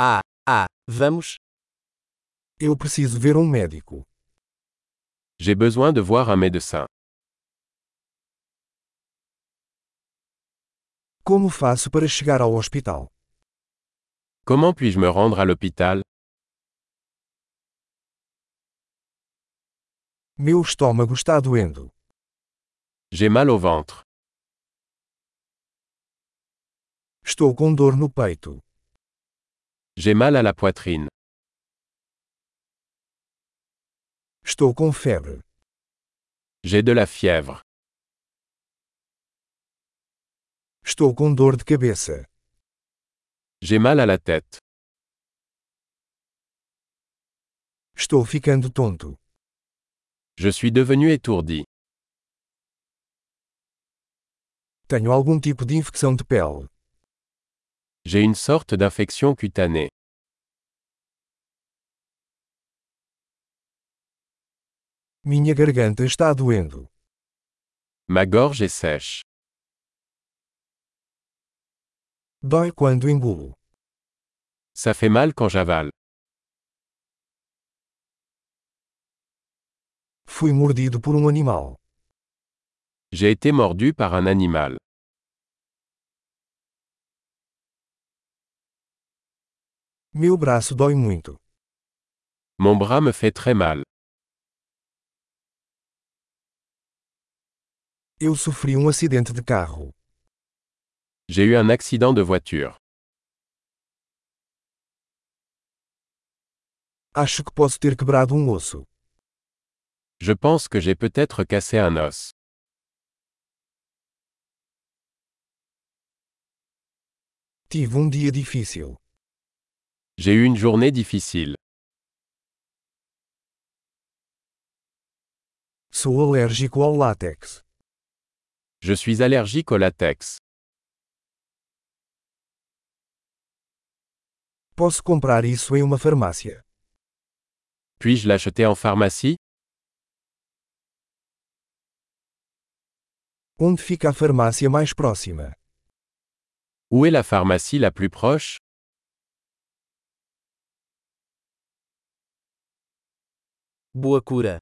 Ah, ah, vamos. Eu preciso ver um médico. J'ai besoin de voir un médecin. Como faço para chegar ao hospital? Comment puis-je me rendre à l'hôpital Meu estômago está doendo. J'ai mal au ventre. Estou com dor no peito. J'ai mal à la poitrine. Estou com febre. J'ai de la fièvre. Estou com dor de cabeça. J'ai mal à la tête. Estou ficando tonto. Je suis devenu étourdi. Tenho algum tipo de infecção de pele. J'ai une sorte d'infection cutanée. Minha garganta está doendo. Ma gorge est sèche. Dói quando engulo. Ça fait mal quand j'avale. Fui mordido por um animal. J'ai été mordu par un animal. Meu braço dói muito. Mon bras me fait très mal. Eu sofri um acidente de carro. J'ai eu un accident de voiture. Acho que posso ter quebrado um osso. Je pense que j'ai peut-être cassé un os. Tive um dia difícil. J'ai eu une journée difficile. Sou alérgico ao látex. Je suis allergique au latex. Posso comprar isso em uma farmácia. Puis-je l'acheter en pharmacie Onde fica a farmácia mais próxima? Où est la pharmacie la plus proche Boa cura.